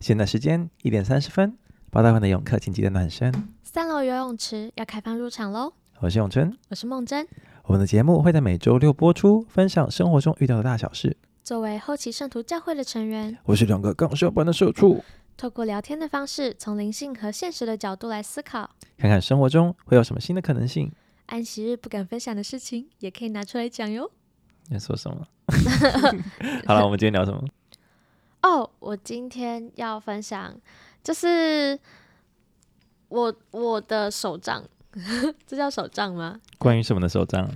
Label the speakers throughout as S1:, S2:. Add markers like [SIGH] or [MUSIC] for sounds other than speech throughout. S1: 现在时间一点三十分，八大湾的泳客请记得暖身。
S2: 三楼游泳池要开放入场喽！
S1: 我是永春，
S2: 我是梦真。
S1: 我们的节目会在每周六播出，分享生活中遇到的大小事。
S2: 作为后期圣徒教会的成员，
S1: 我是两个刚上班的社畜，
S2: 透过聊天的方式，从灵性和现实的角度来思考。
S1: 看看生活中会有什么新的可能性。
S2: 安息日不敢分享的事情，也可以拿出来讲哟。
S1: 你在说什么？ [LAUGHS] 好了，我们今天聊什么？
S2: 哦，我今天要分享，就是我我的手账， [LAUGHS] 这叫手账吗？
S1: 关于什么的手账？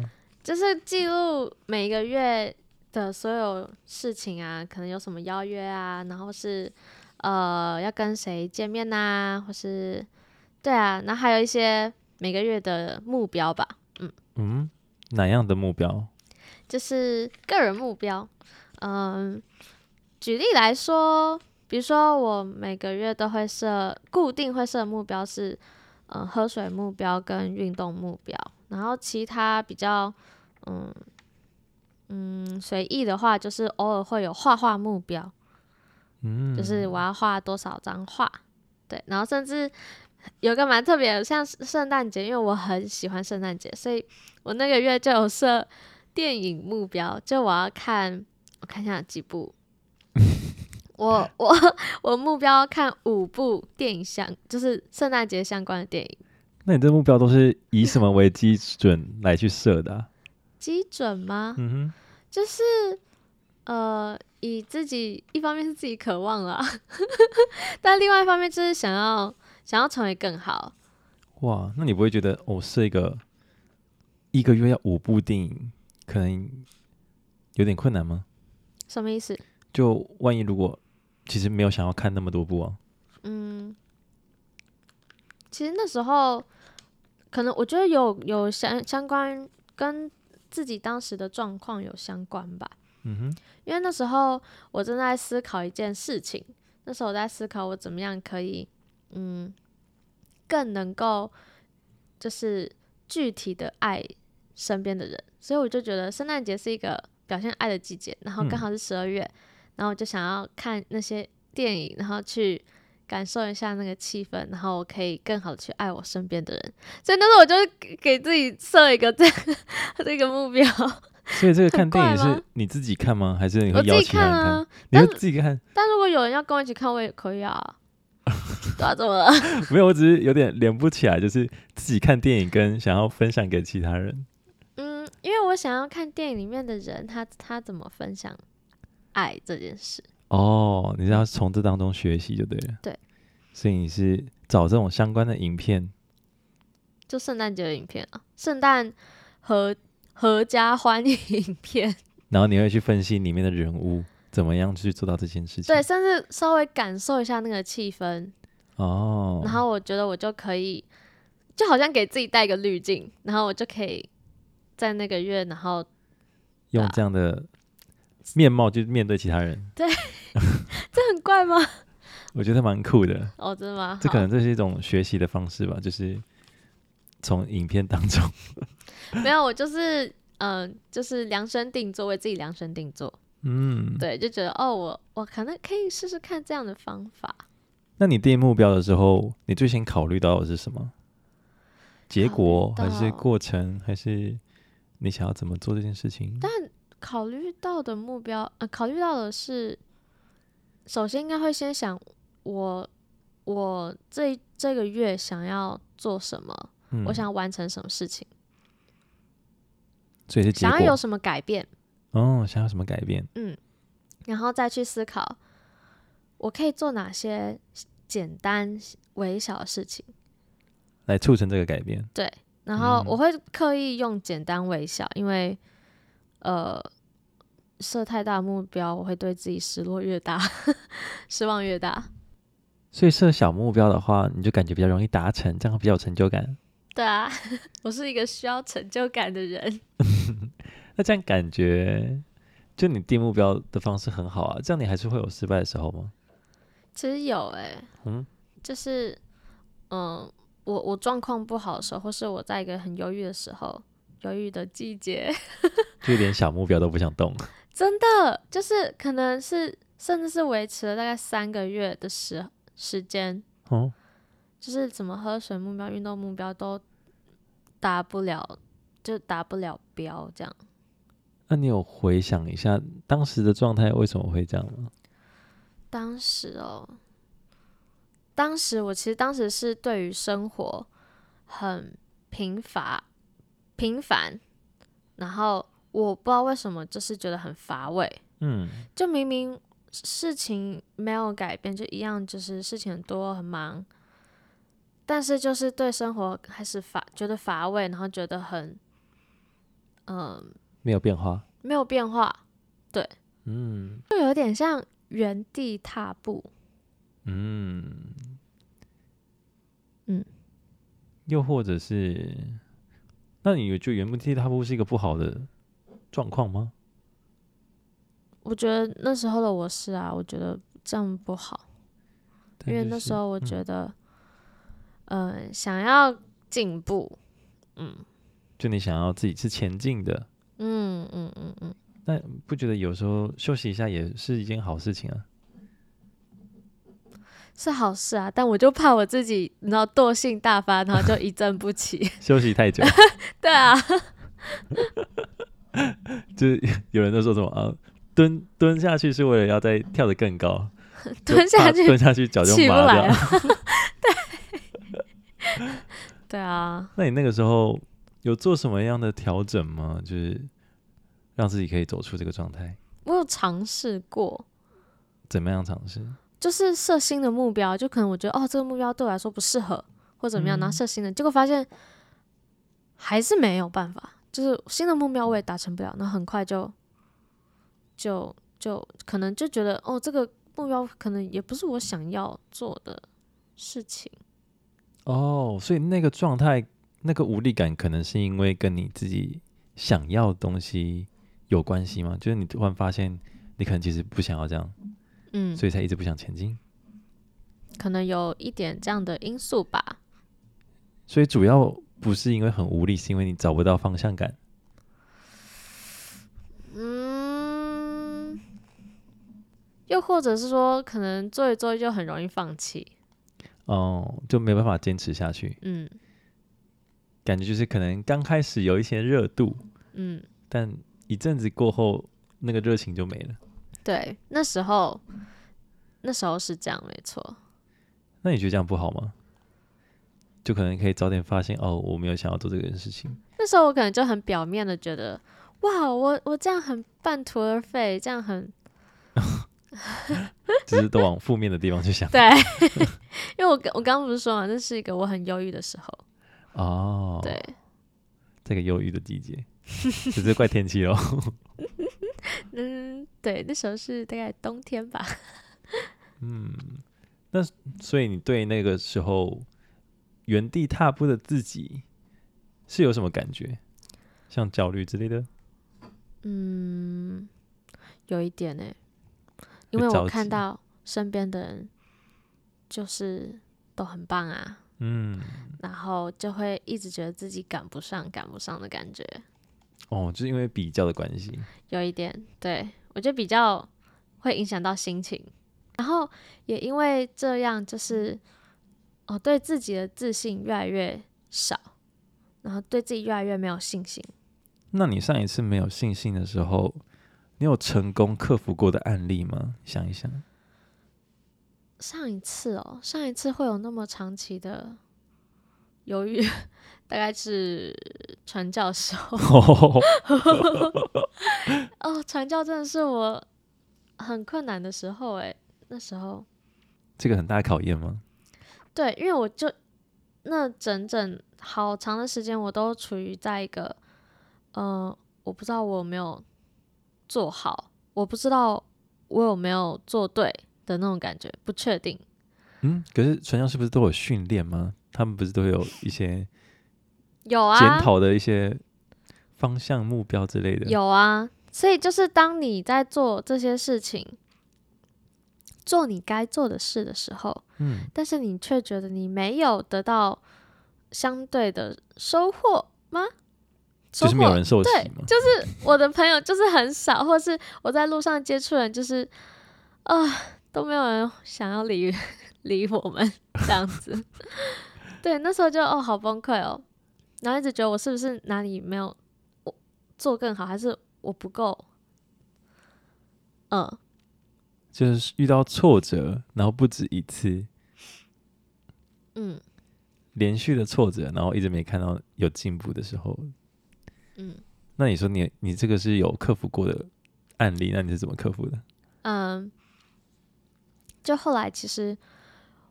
S2: 就是记录每个月的所有事情啊，可能有什么邀约啊，然后是呃要跟谁见面呐、或是对啊，然后还有一些每个月的目标吧，
S1: 嗯，哪样的目标？
S2: 就是个人目标。嗯，举例来说，比如说我每个月都会设固定会设目标是，嗯，喝水目标跟运动目标，然后其他比较，嗯嗯随意的话，就是偶尔会有画画目标，
S1: 嗯，
S2: 就是我要画多少张画，对，然后甚至有个蛮特别的，像圣圣诞节，因为我很喜欢圣诞节，所以我那个月就有设电影目标，就我要看，我看一下几部，
S1: [LAUGHS]
S2: 我我我目标看五部电影相，就是圣诞节相关的电影，
S1: 那你这目标都是以什么为基准来去设的、啊？
S2: 基准吗？
S1: 嗯哼，
S2: 就是呃，以自己一方面是自己渴望了， [LAUGHS] 但另外一方面就是想要想要成为更好。
S1: 哇，那你不会觉得我、哦、设一个一个月要五部电影，可能有点困难吗？
S2: 什么意思？
S1: 就万一如果其实没有想要看那么多部啊，
S2: 嗯，其实那时候可能我觉得有有相相关跟自己当时的状况有相关吧，
S1: 嗯哼，
S2: 因为那时候我正在思考一件事情，那时候我在思考我怎么样可以，嗯，更能够就是具体的爱身边的人，所以我就觉得圣诞节是一个表现爱的季节，然后刚
S1: 嗯
S2: 好是十二月，然后我就想要看那些电影，然后去。感受一下那个气氛，然后我可以更好的去爱我身边的人，所以那时候我就是给给自己设一个这样 [LAUGHS] 这个目标，
S1: 所以这个看
S2: 很
S1: 电影
S2: 怪吗
S1: 是你自己看吗？还是你
S2: 我
S1: 会
S2: 自
S1: 邀
S2: 己
S1: 请他人看？
S2: 啊，
S1: 你会
S2: 但
S1: 自己看？
S2: 但如果有人要跟我一起看，我也可以啊。对啊，怎么了？
S1: 没有，我只是有点连不起来，就是自己看电影跟想要分享给其他人。
S2: 嗯，因为我想要看电影里面的人，他他怎么分享爱这件事。
S1: 哦，你是要从这当中学习就对了。
S2: 对，
S1: 所以你是找这种相关的影片，
S2: 就圣诞节的影片啊，圣诞合合家欢迎影片，
S1: 然后你会去分析里面的人物怎么样去做到这件事情。
S2: 对，，甚至稍微感受一下那个气氛，
S1: 哦，
S2: 然后我觉得我就可以，就好像给自己带一个滤镜，然后我就可以在那个月，然后
S1: 用这样的面貌去面对其他人，
S2: 这很怪吗？
S1: 我觉得蛮酷的。
S2: 哦，真的吗？
S1: 这
S2: 好
S1: 可能这是一种学习的方式吧，就是从影片当中。 [LAUGHS]
S2: 没有，我就是嗯、呃就是量身定做，为自己量身定做。
S1: 嗯，。
S2: 对，就觉得哦，我我可能可以试试看这样的方法。
S1: 那你定目标的时候，你最先考虑到的是什么？结
S2: 考虑
S1: 果还是
S2: 到
S1: 过程，还是你想要怎么做这件事情？
S2: 考虑到的目标，呃，考虑到的是，首先应该会先想我我这这个月想要做什么，
S1: 嗯
S2: 我，想完成什么事情，
S1: 所以是结
S2: 想要有
S1: 果。
S2: 什么改变，
S1: 哦，想要什么改变？
S2: 然后再去思考我可以做哪些简单微小的事情。
S1: 来促成这个改变？
S2: 对，然后
S1: 嗯
S2: 我会刻意用简单微笑，因为呃，设太大目标，我会对自己失落越大， [LAUGHS] 失望越大。
S1: 所以设小目标的话，你就感觉比较容易达成，这样比较有成就感。
S2: 对啊， [LAUGHS] 我是一个需要成就感的人。
S1: 那这样感觉，就你定目标的方式很好啊。这样你还是会有失败的时候吗？
S2: 其实有诶、
S1: 嗯，
S2: 就是嗯，我我状况不好的时候，或是我在一个很忧郁的时候，忧郁的季节，
S1: 就连小目标都不想动。
S2: 真的就是可能是甚至是维持了大概三个月的时时间，
S1: [LAUGHS] 哦，
S2: 就是怎么喝水目标、运动目标都达不了，就达不了标这样。
S1: 那你有回想一下当时的状态为什么会这样吗？
S2: 当时哦，当时我其实当时是对于生活很贫乏、平凡，然后我不知道为什么就是觉得很乏味，
S1: 嗯，
S2: 就明明事情没有改变，就一样，就是事情很多很忙，但是就是对生活开始乏，觉得乏味，然后觉得很，嗯、
S1: 没有变化，
S2: 没有变化，
S1: 嗯
S2: 就有点像原地踏步。
S1: 嗯
S2: 嗯，
S1: 又或者是，那你有觉得原地踏步是一个不好的状况吗？
S2: 我觉得那时候的我是啊，我觉得这样不好。
S1: 但
S2: 因为
S1: 就
S2: 那时
S1: 是
S2: 候我觉得，嗯、呃，想要进步，
S1: 就你想要自己是前进的，
S2: 嗯嗯嗯嗯，
S1: 不觉得有时候休息一下也是一件好事情啊？
S2: 是好事啊。但我就怕我自己，你知道，惰性大发，然后就一振不起。 [LAUGHS]
S1: 休息太久，
S2: 对啊， [LAUGHS]
S1: 就是有人都说什么啊，蹲蹲下去是为了要再跳得更
S2: [LAUGHS]
S1: 高，就
S2: 蹲下
S1: 怕
S2: 去
S1: 蹲下去脚就
S2: 起不
S1: 麻掉
S2: 来了。。对啊，
S1: [LAUGHS] 那你那个时候有做什么样的调整吗？就是让自己可以走出这个状态，
S2: 我有尝试过，
S1: 怎么样尝试？
S2: 就是设新的目标，就可能我觉得哦，这个目标对我来说不适合，或怎么样，
S1: 嗯
S2: 然后设新的，结果发现还是没有办法，就是新的目标我也达成不了，那很快就就就可能就觉得哦，这个目标可能也不是我想要做的事情，
S1: 哦，所以那个状态，那个无力感，可能是因为跟你自己想要的东西有关系吗？就是你突然发现，你可能其实不想要这样，
S2: 嗯，
S1: 所以才一直不想前进。
S2: 可能有一点这样的因素吧，
S1: 所以主要不是因为很无力，是因为你找不到方向感。
S2: 嗯，又或者是说，可能做一做就很容易放弃，
S1: 哦，就没办法坚持下去，
S2: 嗯
S1: 感觉就是可能刚开始有一些热度，
S2: 嗯。
S1: 但一阵子过后，那个热情就没了。
S2: 对，那时候那时候是这样，没错。
S1: 那你觉得这样不好吗？就可能可以早点发现哦，我没有想要做这件事情。
S2: 那时候我可能就很表面的觉得，哇，我我这样很半途而废，这
S1: [LAUGHS]
S2: 样很。
S1: 只是都往负面的地方去想
S2: [LAUGHS] 对，因为我刚我刚刚不是说嘛，那是一个我很忧郁的时候，
S1: 哦，
S2: 对，
S1: 这个忧郁的季
S2: [LAUGHS]
S1: 节，只是怪天气哦。
S2: 嗯，对，那时候是大概冬天
S1: [LAUGHS]
S2: 吧，
S1: 嗯所以你对那个时候原地踏步的自己是有什么感觉？像焦虑之类的？
S2: 嗯，有一点呢、因为
S1: 会着
S2: 我
S1: 急
S2: 看到身边的人就是都很棒啊，
S1: 嗯，
S2: 然后就会一直觉得自己赶不上，赶不上的感觉。
S1: 哦，就是因为比较的关系。
S2: 有一点，对我觉得比较会影响到心情，然后也因为这样，就是哦，对自己的自信越来越少，然后对自己越来越没有信心。
S1: 那你上一次没有信心的时候，你有成功克服过的案例吗？想一想。 [LAUGHS]
S2: 上一次哦，上一次会有那么长期的犹豫，大概是传教时候 [LAUGHS] 哦，传教真的是我很困难的时候诶，那时候
S1: 这个很大考验吗？
S2: 对，因为我就那整整好长的时间，我都处于在一个，呃，我不知道我有没有做好，我不知道我有没有做对的那种感觉，不确定。
S1: 嗯，可是传教士不是都有训练吗？他们不是都有一些
S2: 有
S1: 检
S2: 啊，
S1: 讨的一些方向、目标之类的？
S2: 有啊，所以就是当你在做这些事情，做你该做的事的时候，
S1: 嗯，
S2: 但是你却觉得你没有得到相对的收获吗？收
S1: 就是没有
S2: 获
S1: 人受洗
S2: 对
S1: 嘛。
S2: 就是我的朋友就是很少，或是我在路上接触人，就是啊、都没有人想要理 [LAUGHS] 理我们这样子。 [LAUGHS] 对，那时候就哦好崩溃哦，然后一直觉得我是不是哪里没有我做更好，还是我不够？嗯，
S1: 就是遇到挫折，然后不止一次，
S2: 嗯
S1: 连续的挫折，然后一直没看到有进步的时候，
S2: 嗯
S1: 那你说你你这个是有克服过的案例，那你是怎么克
S2: [LAUGHS]
S1: 服的？
S2: 嗯，就后来其实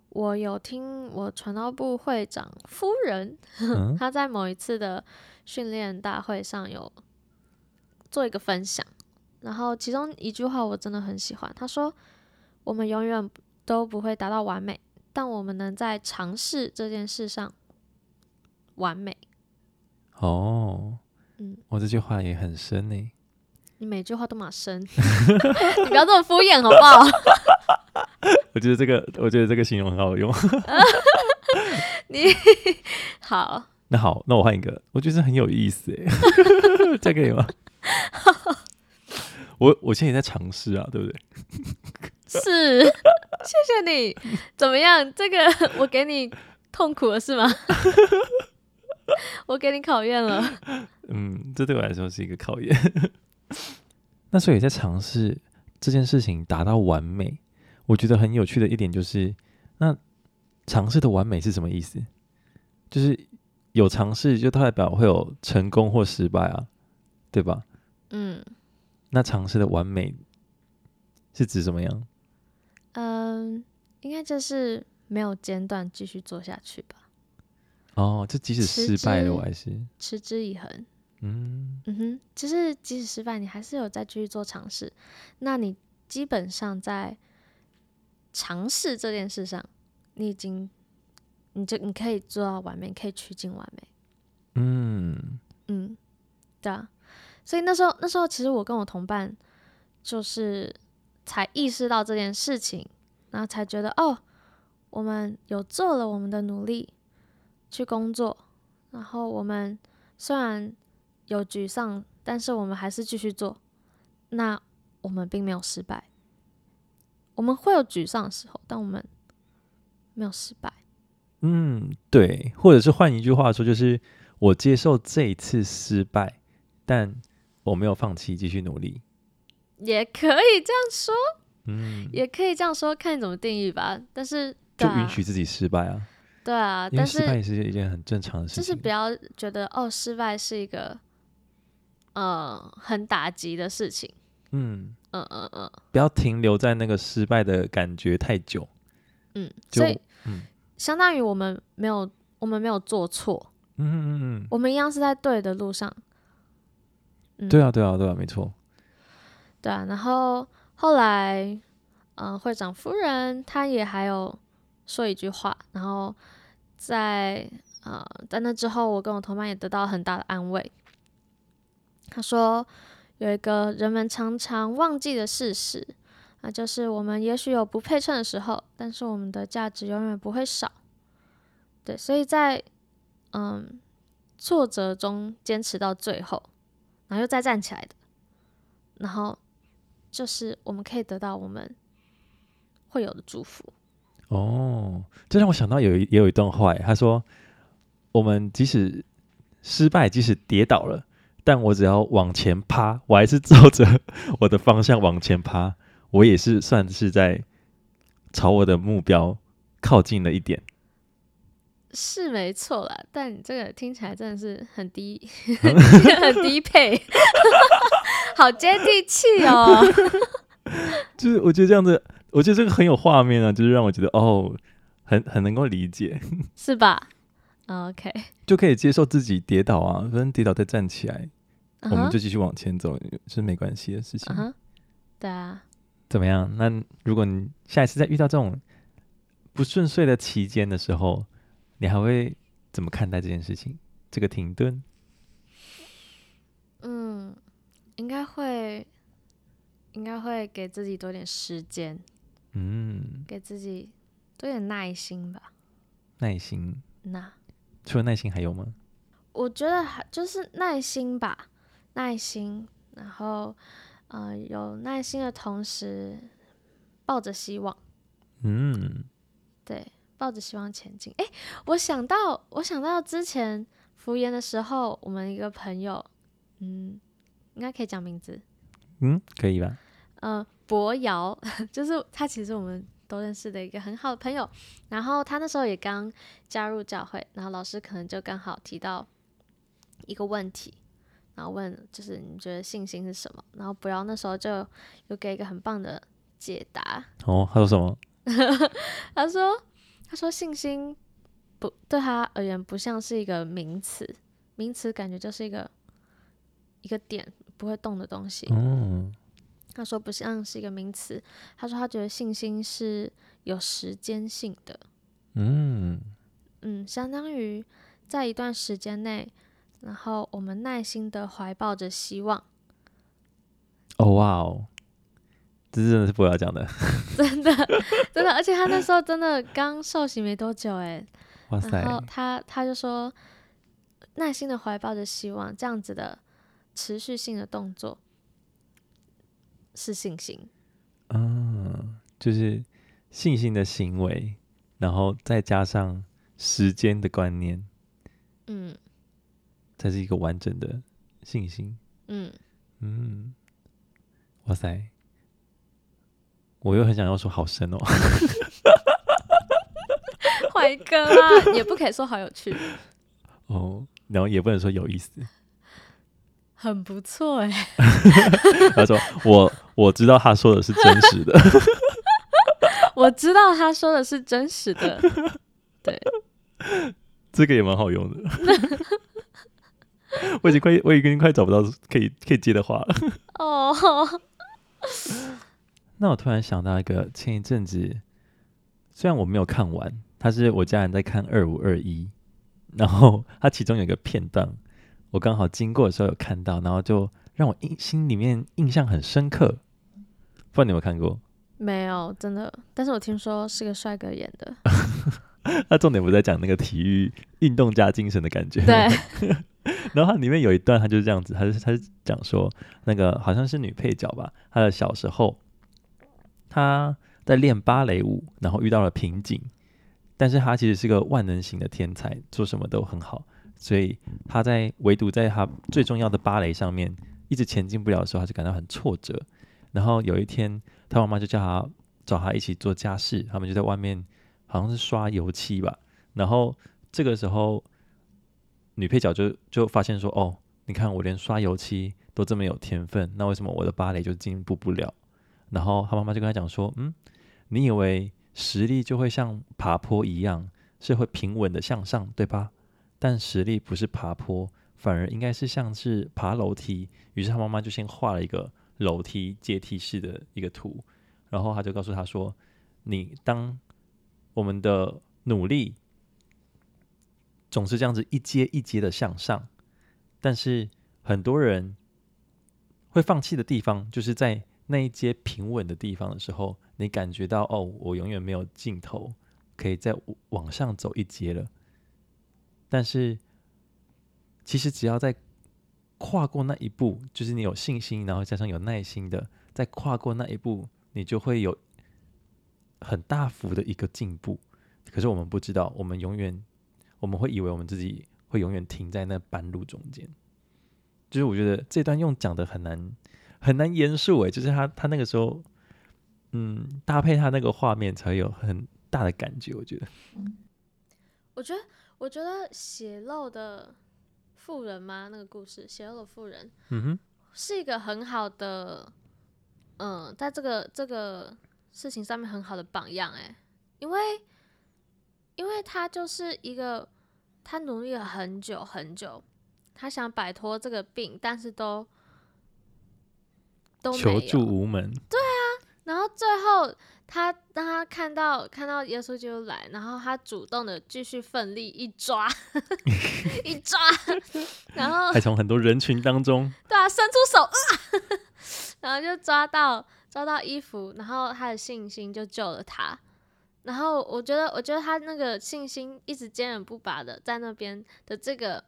S2: 我有听我传道部会长夫人，
S1: 嗯
S2: 她在某一次的训练大会上有做一个分享，然后其中一句话我真的很喜欢，她说：“我们永远都不会达到完美，但我们能在尝试这件事上完美。
S1: 哦，
S2: 嗯
S1: 我这句话也很深呢。”
S2: 你每句话都马生， [LAUGHS] 你不要这么敷衍好不好？ [LAUGHS]
S1: 我觉得这个，我觉得这个形容很好用。 [LAUGHS]
S2: 好，
S1: 那好，那我换一个，我觉得这很有意思
S2: [LAUGHS]
S1: 诶， [LAUGHS] 这样可以吗？我我现在也在尝试啊，对不对？
S2: 是，谢谢你。怎么样？这个我给你痛苦了是吗？ [LAUGHS] 我给你考验了。 [LAUGHS]
S1: 嗯，这对我来说是一个考验。 [LAUGHS] 那所以在尝试这件事情达到完美，我觉得很有趣的一点就是，那尝试的完美是什么意思？就是有尝试就代表会有成功或失败啊，对吧？
S2: 嗯
S1: 那尝试的完美是指什么样？
S2: 嗯，应该就是没有间断继续做下去吧，
S1: 哦，就即使
S2: 持
S1: 失败
S2: 之
S1: 了，我还是
S2: 持之以恒。
S1: 嗯
S2: 嗯哼，就是即使失败，你还是有再继续做尝试。那你基本上在尝试这件事上，你已经，你就你可以做到完美，你可以趋近完美。
S1: 嗯
S2: 嗯，对啊，所以那时候那时候其实我跟我同伴就是才意识到这件事情，然后才觉得哦，我们有做了我们的努力去工作，然后我们虽然有沮丧，但是我们还是继续做，那我们并没有失败，我们会有沮丧的时候，但我们没有失败。
S1: 嗯，对，或者是换一句话说，就是我接受这一次失败，但我没有放弃，继续努力。
S2: 也可以这样说，
S1: 嗯，
S2: 也可以这样说，看你怎么定义吧。但是
S1: 就
S2: 对啊
S1: 允许自己失败啊，
S2: 对啊，
S1: 因为
S2: 但
S1: 失败
S2: 是
S1: 也是一件很正常的事
S2: 就
S1: 情。
S2: 是不要觉得哦，失败是一个呃很打击的事情。
S1: 嗯，
S2: 嗯嗯嗯
S1: 不要停留在那个失败的感觉太久。
S2: 嗯，
S1: 就
S2: 所以
S1: 嗯
S2: 相当于我们没有我们没有做错，
S1: 嗯嗯嗯
S2: 我们一样是在对的路上。嗯
S1: 嗯，对啊对啊对啊，没错。
S2: 对啊，然后后来，嗯、会长夫人她也还有说一句话，然后在呃，在那之后，我跟我同伴也得到很大的安慰。她说，有一个人们常常忘记的事实，那就是我们也许有不配称的时候，但是我们的价值永远不会少。对，所以在嗯挫折中坚持到最后，然后又再站起来的。然后就是我们可以得到我们会有的祝福。
S1: 哦，这让我想到有一也有一段话耶，他说：“我们即使失败，即使跌倒了，但我只要往前趴，我还是照着我的方向往前趴，我也是算是在朝我的目标靠近了一点。
S2: 是没错啦，但你这个听起来真的是
S1: [LAUGHS]
S2: 很低，很低配， [LAUGHS] 好接地气哦。
S1: 就是我觉得这样子，我觉得这个很有画面啊，就是让我觉得哦，很很能够理解， [LAUGHS]
S2: 是吧？OK，
S1: 就可以接受自己跌倒啊，反正跌倒再站起来，
S2: 嗯
S1: 我们
S2: 哼
S1: 就继续往前走，是没关系的事情。
S2: 嗯哼，对啊，
S1: 怎么样？那如果你下一次再遇到这种不顺遂的期间的时候，你还会怎么看待这件事情？这个停顿？
S2: 嗯，应该会，应该会给自己多点时间，
S1: 嗯，
S2: 给自己多点耐心吧。
S1: 耐心，
S2: 那
S1: 除了耐心还有吗？
S2: 我觉得还就是耐心吧，耐心，然后呃有耐心的同时，抱着希望，
S1: 嗯，
S2: 对，抱着希望前进。诶，我想到，我想到之前服研的时候，我们一个朋友，嗯，应该可以讲名字，
S1: 嗯，可以吧？
S2: 呃，博瑶， [LAUGHS] 就是他，其实我们都认识的一个很好的朋友。然后他那时候也刚加入教会，然后老师可能就刚好提到一个问题，然后问就是你觉得信心是什么？然后博瑶那时候就有给一个很棒的解答， [LAUGHS]
S1: 哦，他说什么？
S2: 他说他说信心不对他而言不像是一个名词，名词感觉就是一个一个点不会动的东西。
S1: 嗯，
S2: 他说不像是一个名词，他说他觉得信心是有时间性的，
S1: 嗯，
S2: 嗯，相当于在一段时间内，然后我们耐心的怀抱着希望， [LAUGHS]
S1: 哦哇哦，这真的是不要讲 [LAUGHS] 的，
S2: 真的真的，而且他那时候真的刚受洗没多久诶，
S1: 哇塞
S2: 然，后他他就说耐心的怀抱着希望，这样子的持续性的动作是信心，
S1: 嗯，就是信心的行为，然后再加上时间的观念，
S2: 嗯
S1: 才是一个完整的信心。
S2: 嗯，
S1: 嗯，哇塞，我又很想要说好深哦，
S2: 换一个啦， [LAUGHS] 也不可以说好有趣，
S1: 哦，然后也不能说有意思，
S2: 很不错欸诶。
S1: 他说我我知道他说的是真实的，
S2: 我知道他说的是真实 [LAUGHS] 的，对，
S1: 这个也蛮好用的。我已经快，我已经快找不到可以可以接的话了。
S2: 哦，
S1: 那我突然想到一个，前一阵子虽然我没有看完，他是我家人在看二五二一，然后它其中有一个片段，我刚好经过的时候有看到，然后就让我印心里面印象很深刻。不知道你有没有看过？ [LAUGHS]
S2: 没有，真的，但是我听说是个帅哥演 [LAUGHS] 的，
S1: 它重点不是在讲那个体育运动加精神的感觉，
S2: [LAUGHS] 对，
S1: [LAUGHS] 然后它里面有一段，他就是这样子，他是他是讲说，那个好像是女配角吧，她的小时候，她在练芭蕾舞，然后遇到了瓶颈，但是她其实是个万能型的天才，做什么都很好，所以她在唯独在她最重要的芭蕾上面一直前进不了的时候，她就感到很挫折。然后有一天，她妈妈就叫她找她一起做家事，他们就在外面好像是刷油漆吧，然后这个时候。女配角就就发现说，哦，你看我连刷油漆都这么有天分，那为什么我的芭蕾就进步不了？然后她妈妈就跟她讲说，嗯，你以为实力就会像爬坡一样是会平稳的向上，对吧？但实力不是爬坡，反而应该是像是爬楼梯。于是她妈妈就先画了一个楼梯阶梯式的一个图，然后她就告诉她说，你当我们的努力总是这样子一阶一阶的向上，但是很多人会放弃的地方，就是在那一阶平稳的地方的时候，你感觉到哦，我永远没有尽头，可以再往上走一阶了。但是其实只要在跨过那一步，就是你有信心，然后加上有耐心的，再跨过那一步，你就会有很大幅的一个进步。可是我们不知道，我们永远我们会以为我们自己会永远停在那半路中间。就是我觉得这段用讲的很难很难言述诶，就是他他那个时候，嗯，搭配他那个画面才会有很大的感觉。我觉得，
S2: 我觉得，我觉得血漏的妇人吗？那个故事，血漏的妇人
S1: 嗯哼，
S2: 是一个很好的，嗯，在这个这个事情上面很好的榜样，哎，因为，因为他就是一个，他努力了很久很久，他想摆脱这个病，但是都都没
S1: 求助
S2: 有，
S1: 无门，
S2: 然后最后他当他看到看到耶稣基督来，然后他主动的继续奋力一抓 [LAUGHS] 一抓， [LAUGHS] 然后
S1: 还从很多人群当中，
S2: 对啊，伸出手，啊、 [LAUGHS] 然后就抓到抓到衣服，然后他的信心就救了他。然后我觉得，我觉得他那个信心一直坚韧不拔的在那边的这个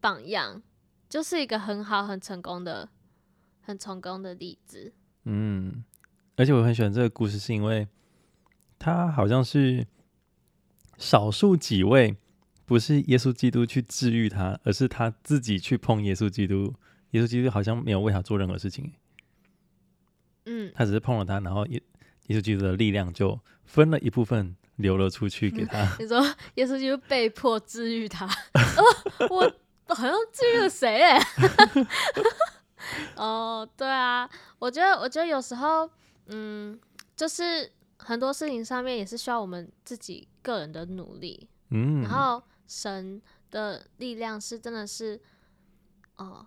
S2: 榜样，就是一个很好、很成功的、很成功的例子。
S1: 嗯，而且我很喜欢这个故事，是因为它好像是少数几位不是耶稣基督去治愈他，而是他自己去碰耶稣基督。耶稣基督好像没有为他做任何事情，
S2: 嗯，
S1: 他只是碰了他，然后耶耶稣基督的力量就分了一部分流了出去给他。
S2: 你说耶稣基督被迫治愈他，哦，我好像治愈了谁哎、 [LAUGHS] 哦，对啊，我觉得，我觉得有时候，嗯，就是很多事情上面也是需要我们自己个人的努力，
S1: 嗯，
S2: 然后神的力量是真的是，哦、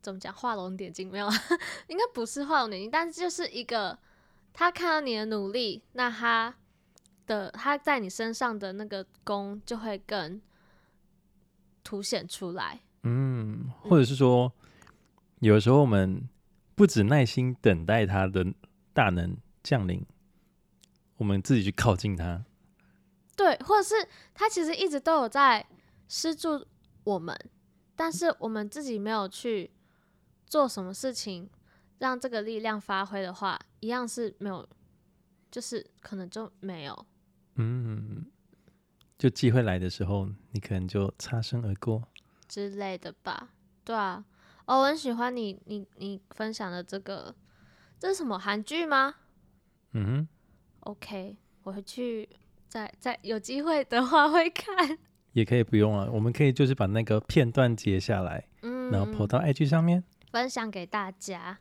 S2: 怎么讲？画龙点睛没有啊？ [LAUGHS] 应该不是画龙点睛，但是就是一个他看到你的努力，那他的他在你身上的那个功就会更凸显出来。
S1: 嗯，或者是说，有的时候我们不止耐心等待他的大能降临，我们自己去靠近他。
S2: 对，或者是他其实一直都有在施助我们，但是我们自己没有去做什么事情让这个力量发挥的话，一样是没有，就是可能就没有。
S1: 嗯，就机会来的时候，你可能就擦身而过。
S2: 之类的吧。对啊，哦，我很喜欢你你你分享的这个，这是什么韩剧吗
S1: 嗯哼，
S2: ？OK，我回去再再有机会的话会看。
S1: 也可以不用啊，我们可以就是把那个片段截下来，
S2: 嗯，
S1: 然后 po 到 IG 上面。
S2: 分享给大家。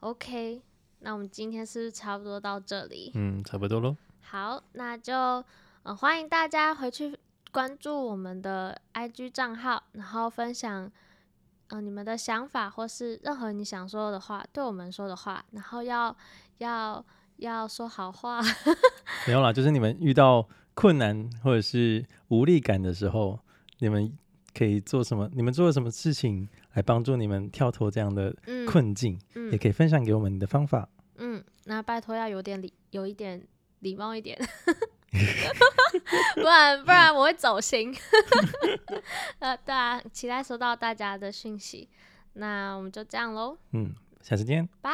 S2: OK，那我们今天是不是差不多到这里？
S1: 嗯，差不多喽。
S2: 好，那就呃欢迎大家回去关注我们的 IG 账号，然后分享呃你们的想法或是任何你想说的话，对我们说的话，然后要要要说好话。 [LAUGHS]
S1: 没有啦，就是你们遇到困难或者是无力感的时候，你们可以做什么？你们做了什么事情来帮助你们跳脱这样的
S2: 嗯
S1: 困境？也
S2: 嗯
S1: 可以分享给我们你的方法。
S2: 嗯，那拜托要有点礼，有一点礼貌一点，不然不然我会走心。 [LAUGHS] 呃，对啊，期待收到大家的讯息，那我们就这样喽，
S1: 嗯，下次见。
S2: 拜。